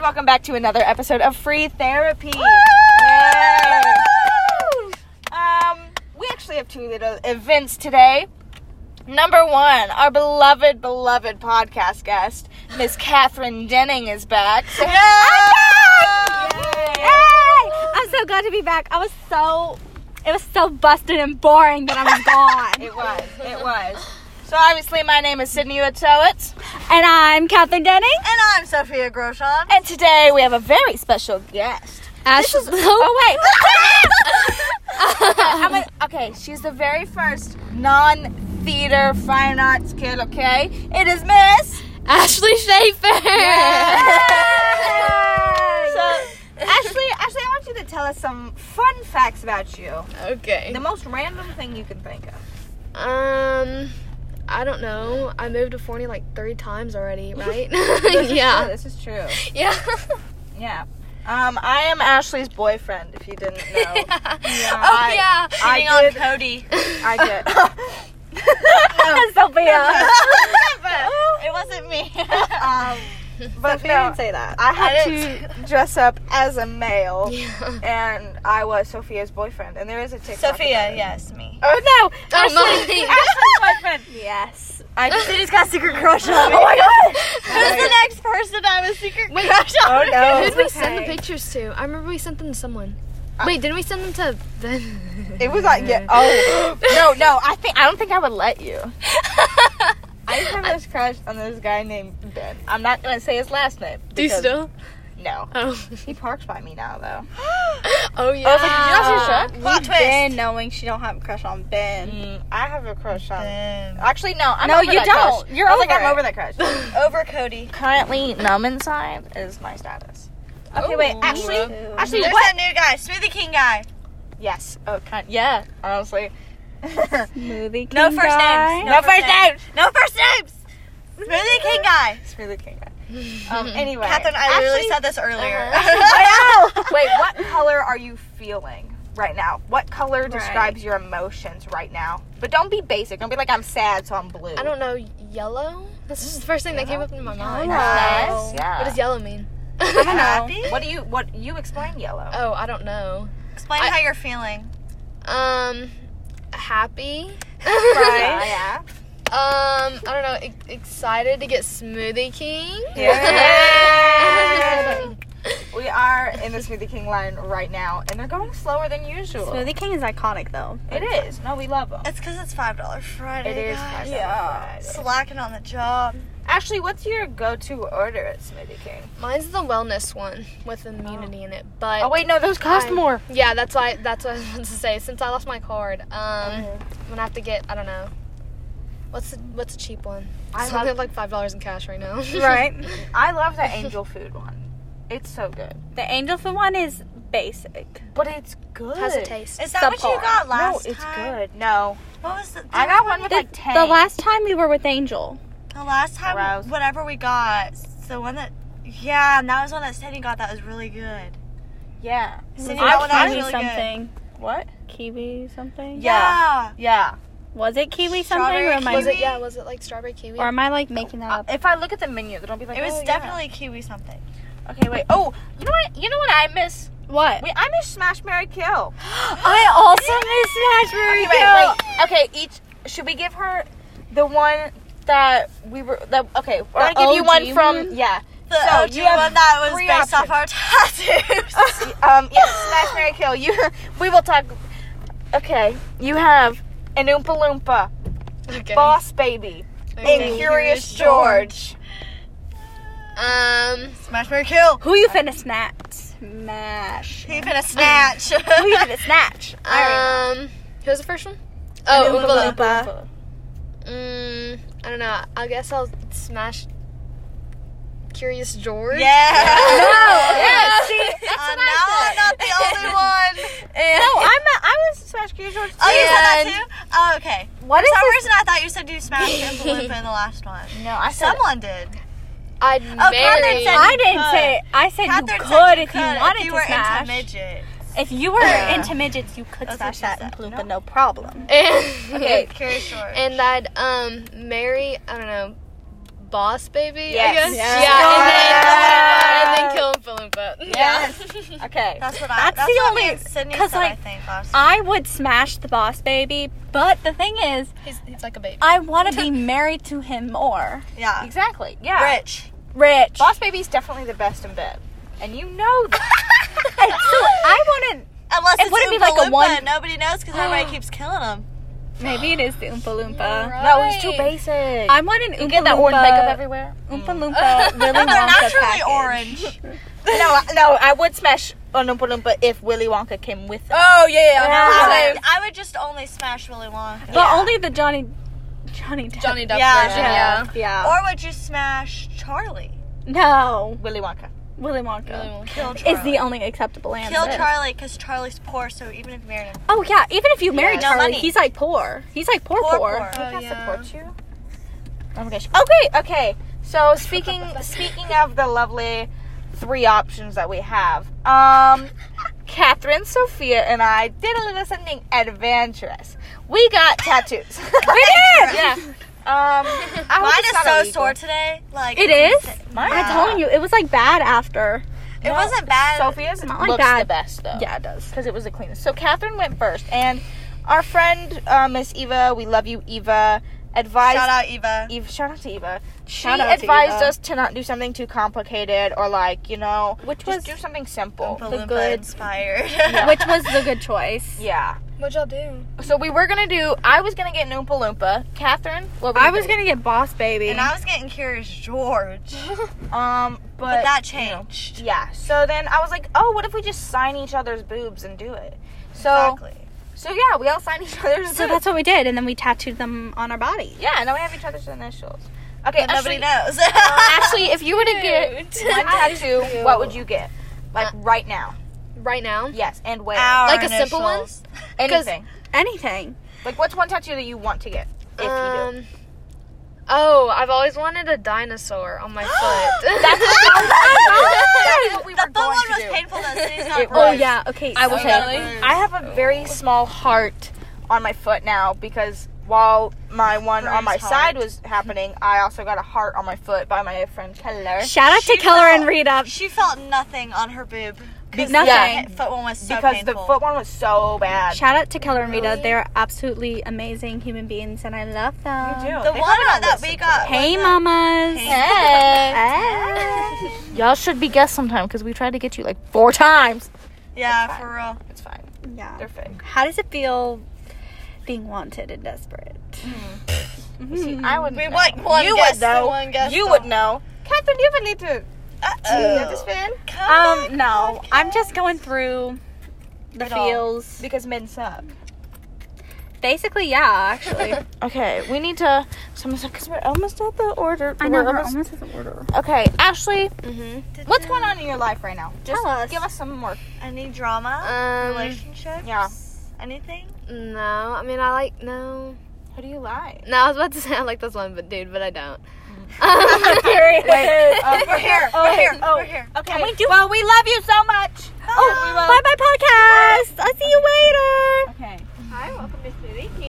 welcome back to another episode of Free Therapy. Yay! Um, we actually have two little events today. Number one, our beloved, beloved podcast guest, Miss Catherine Denning, is back. So- Yay! Yay! I'm so glad to be back. I was so, it was so busted and boring that I was gone. It was. It was. So obviously, my name is Sydney Utowitz. and I'm Catherine Denning. And I'm Sophia Groshon. And today we have a very special guest. Ashley. Oh I'm a- okay, she's the very first non-theater fine arts kid. Okay, it is Miss. wait, Ashley Schaefer. So, Ashley, Ashley, I want you to tell us some fun facts about you. Okay. The most random thing you can think of. Um, I don't know. I moved to Forney like three times already, right? This is true, yeah. this is true. Yeah. Yeah. Um, I am Ashley's boyfriend. If you didn't know. Oh I- yeah. I Hitting on did- Cody. I did. No, Sophia. but it wasn't me. um, but no, Sophia didn't say that. I had I to dress up as a male, Yeah. and I was Sophia's boyfriend. And there is a TikTok. about it. yes, me. Oh no, Oh Ashley, my. Ashley's boyfriend. Yes. I just She's got secret crush on me. Oh my god. Who's the next person I have a secret Wait. crush on? Oh no. Who did we send the Okay. pictures to? I remember we sent them to someone. Uh, Wait, didn't we send them to the? It was like yeah. Oh no, no. I think I don't think I would let you. I just have this crush on this guy named Ben. I'm not gonna say his last name. Do you because- still? No. Oh. He parks by me now though. Oh yeah. I was like, did you Plot not see Chuck? twist. Ben knowing she don't have a crush on Ben. Mm, I have a crush on. Actually, no. I'm No, over you that don't. crush. You're I was like, over I'm it. over that crush. Over Cody. Currently, numb inside is my status. Okay, wait. Ooh. Actually, Ooh. actually, what? new guy, Smoothie King guy. Yes. Oh, kind. Yeah. Honestly. Smoothie King No first guy. names. No first names. No first names. Smoothie King guy. Smoothie King. Um. Anyway. Catherine, I literally said this earlier. I know. Wait. What color are you feeling right now? What color describes your emotions right now? But don't be basic. Don't be like I'm sad, so I'm blue. I don't know. Yellow. That's just the first thing that came up in my mind. Nice. Yeah. What does yellow mean? don't Happy? What do you? What you explain yellow? oh, I don't know. Explain I- how you're feeling. Um, happy. Yeah, yeah. Um, I don't know. E- excited to get Smoothie King. Yeah. We are in the Smoothie King line right now, and they're going slower than usual. Smoothie King is iconic though. It is. No, we love them. It's because it's five dollar Friday. It is. guys. Friday, Yeah. Friday. Slacking on the job. Ashley, what's your go-to order at Smoothie King? Mine's the wellness one with immunity in it, but Oh wait, no, those cost I- more. yeah, that's why that's what I was about to say. Since I lost my card, um, I'm gonna have to get I don't know. What's the, what's a cheap one? I I so have love- like five dollars in cash right now. I love the angel food one. It's so good, The angel food one is basic. but it's good. How's it taste? Is that what you Subpar. got last no, it's time? good. No, What was the? I got one with like ten. The last time we were with Angel. The last time, Rouse. whatever we got, the one that. Yeah, and that was one that Sydney got. That was really good. Yeah. Sydney I'm got one that was kidding Mm-hmm. kiwi really good. something. What? Kiwi something. Yeah. Yeah. Was it kiwi something, Strawberry or am I? was it kiwi? yeah? Was it like strawberry kiwi? Or am I like making that up? Uh, If I look at the menu, then I'll be like, It was oh, yeah. definitely kiwi something. Okay, wait. Oh, you know what? You know what I miss? What? Wait, I miss Smash Mary Kill. I also miss Smash Okay, wait, wait. Okay, each should we give her the one that we were that okay, we're gonna The give you one OG from one? yeah. The So, OG you have one that was three based off our tattoos. um yes, Smash Mary Kill. You we will talk Okay. You have an Oompa Loompa, okay. Boss Baby, Okay. and Curious George. Um, Smash Mary Kill. Who you finna snatch? Smash. He finna snatch. Who you finna snatch? um, who was the first one? Oh, Oompa Loompa. Loompa. Mm, I don't know. I guess I'll smash Curious George. yeah. Yeah, see, that's Uh, what now I I'm said. not the only one. No, I'm a, I was Smash Curious George. Oh, you said that and- too? Oh, okay. What For is some this? reason, I thought you said you smashed Oompa Loompa in the last one. No, I said Someone did. I'd Oh, marry. Catherine said- I didn't could. say. I said Catherine you could said if you could wanted if you to were smash. into midget. If you were Yeah. into midgets, you could That's smash what that she in said. Palooka, no. problem. and, Okay, curious short. and I'd um marry. I don't know, Boss Baby. Yes. I guess. Yes. Yeah. Yeah. And then, and then kill him Okay. That's what I. That's That's, the what only- me and Sydney 'cause, said, I like, uh, think last. I would smash the boss baby, but the thing is, He's, he's like a baby. I want to be married to him more. yeah. Exactly. Yeah. Rich. Rich. Boss Baby's definitely the best in bed. And you know that. And so I want Unless It it's wouldn't be Oompa like a Loompa one- and nobody knows because everybody keeps killing them. to. Maybe it is the Oompa Loompa. You're no, it was too Right. basic. I want an Oompa you get that Loompa. orange makeup everywhere. Oompa Loompa Willy And they're Wonka naturally package. orange. no, I- no, I would smash an Oompa Loompa if Willy Wonka came with it. Oh yeah, yeah. I, would, I would just only smash Willy Wonka. But only the Johnny, Johnny Depp. Johnny Depp Yeah. version. Yeah. Yeah. Or would you smash Charlie? No, Willy Wonka. Oh, Willy Wonka. Really won't. Kill Charlie. Is the only acceptable answer. Kill Charlie because Charlie's poor, so even if you marry him, Oh yeah, even if you marry no Charlie, money. he's like poor. He's like poor, poor. poor, poor. Oh, Think I yeah. support you. Oh my gosh. Okay, okay. So speaking speaking of the lovely three options that we have, um, Catherine, Sophia, and I did a little something adventurous. We got tattoos. we did. Yeah. Um, I hope Mine it's is not so illegal. sore today. Like It is. Mine- I'm telling you, it was like bad after. It wasn't bad. Sophia's Not looks like that. the best though. Yeah, it does. because it was the cleanest. So Catherine went first, and our friend uh, Miss Eva, we love you, Eva. Advised Shout out Eva. Eva, shout out to Eva. She Shout out to advised Eva. us to not do something too complicated or like you know, Which just was do something simple. Oompa the Loompa good- inspired. Which was the good choice. Yeah. What'd y'all do? So we were gonna do. I was gonna get an Oompa Loompa. Catherine, what were you I was gonna. gonna get Boss Baby. and I was getting curious, George. Um, but, But that you know. changed. yeah. So then I was like, oh, what if we just sign each other's boobs and do it? So exactly. so yeah, we all signed each other's. so boobs. that's what we did, and then we tattooed them on our body. yeah. Now we have each other's initials. Okay, But nobody Ashley- knows. Ashley, if you were to get one tattoo, what would you get? Like Uh, right now? Right now? Yes, and where? Our Like a simple one? initials. Anything. Anything. Like, what's one tattoo that you want to get? If you do. Um, oh, I've always wanted a dinosaur on my foot. That's what we were The butt going one to was do. painful though. Sydney's It not was. Oh right. yeah. Okay. I will so- tell really? you, I have a very small heart on my foot now because while my one on Bruised my heart. side was happening, I also got a heart on my foot by my friend Keller. Shout out to She Keller felt- and Rita. She felt nothing on her boob. 'cause Nothing. The foot one was so because the painful. foot one was so bad. Shout out to Keller and Rita. Really? They're absolutely amazing human beings, and I love them. They do. the They one haven't that we listened to got. Hey, was a- mamas. Hey. Hey. Hey. Y'all should be guests sometime because we tried to get you like four times. Yeah, for real. It's fine. Yeah. They're fake. How does it feel being wanted and desperate? See, I would. Hmm. We know. want one you guest, would the know. one guest, you the would one- know. Catherine, do you ever need to Uh-oh. at this fan? Come Um, no. I'm just going through the It all. feels. Because men suck. Basically, yeah, actually. Okay, we need to. So because we're almost at the order. I know we're we're almost at the order. Okay, Ashley, hmm what's going on in your life right now? Just Tell us. give us some more. Any drama? Um, Relationships? Yeah. Anything? no. I mean, I like no. Who do you like? No, I was about to say I like this one, but dude, but I don't. Mm-hmm. Wait, Oh, um, we're here. we're here. we're here. Okay. We do- well, we love you so much. Oh, bye bye podcast. I'll see you later. Okay.